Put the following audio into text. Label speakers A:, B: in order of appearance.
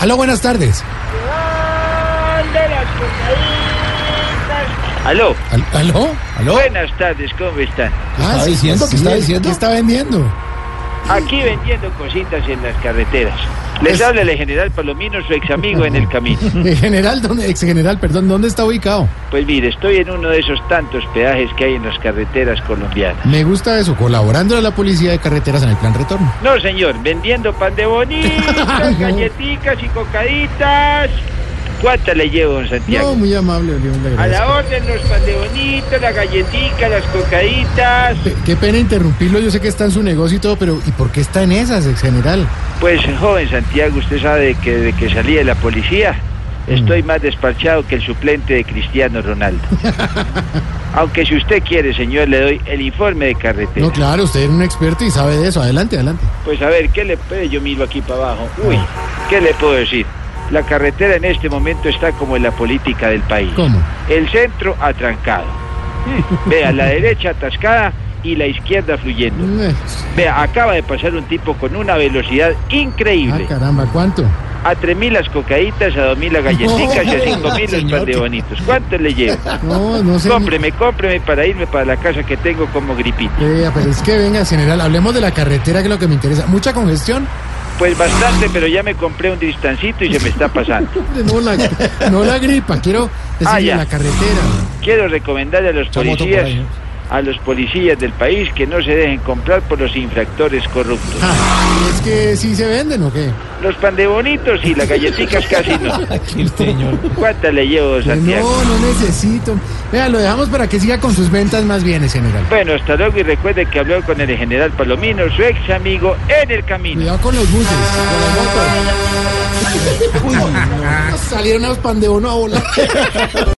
A: Aló, buenas tardes.
B: Aló,
A: Al- ¿Aló? ¿Aló?
B: buenas tardes, ¿cómo están?
A: Ah, sí, sí, sí, ¿Qué está vendiendo?
B: Aquí vendiendo cositas en las carreteras. Les
A: Es-
B: habla el general Palomino, su ex amigo en el camino.
A: Eh, general, ¿dónde, ex general, perdón, ¿dónde está ubicado?
B: Pues mire, estoy en uno de esos tantos peajes que hay en las carreteras colombianas.
A: Me gusta eso, colaborando a la policía de carreteras en el plan retorno.
B: No, señor, vendiendo pan de bonitas, galletitas y cocaditas. ¿Cuántas le llevo, don
A: No,
B: Santiago?
A: muy amable, Orión, le
B: A la
A: agradezco.
B: orden los pan de bonitas, las galletitas, las cocaditas.
A: Pe- Qué pena interrumpirlo, yo sé que está en su negocio y todo, pero ¿y por qué está en esas, ex general?
B: Pues, joven Santiago, usted sabe que desde que salí de la policía
A: Mm.
B: estoy más despachado que el suplente de Cristiano Ronaldo. Aunque si usted quiere, señor, le doy el informe de carretera.
A: No, claro, usted es un experto y sabe de eso. Adelante, adelante.
B: Pues a ver, ¿qué le puedo yo miro aquí para abajo? Uy, ¿qué le puedo decir? La carretera en este momento está como en la política del país.
A: ¿Cómo?
B: El centro atrancado. Vea, la derecha atascada y la izquierda fluyendo.
A: Mm, eh,
B: Vea, acaba de pasar un tipo con una velocidad
A: Ah,
B: increíble.
A: caramba, ¿cuánto?
B: A 3.000 las cocaditas, a 2.000 las galletitas y a 5.000 los
A: Señor.
B: pan de bonitos. ¿Cuánto le llevo?
A: No, no sé.
B: Cómpreme, cómpreme para irme para la casa que tengo como gripita.
A: Eh, pero es que venga, general, hablemos de la carretera, que es lo que me interesa. ¿Mucha congestión?
B: Pues bastante, pero ya me compré un distancito y se me está pasando.
A: No la, no la gripa, quiero decirle
B: Ah, ya.
A: la carretera.
B: Quiero recomendarle a los
A: Esa moto por
B: policías,
A: ahí, ¿eh?
B: a los policías del país que no se dejen comprar por los infractores corruptos.
A: Ah, ¿y ¿Es que sí se venden o qué?
B: Los pan de bonitos y las galletitas casi no. ¿Cuántas le llevo,
A: Pues
B: Santiago?
A: no, no necesito. Vea, lo dejamos para que siga con sus ventas más bienes, general.
B: Bueno, hasta luego y recuerde que habló con el general Palomino, su ex amigo, en el camino.
A: Cuidado con los buses, con las motos. Uy, no, salieron los pan de uno a volar.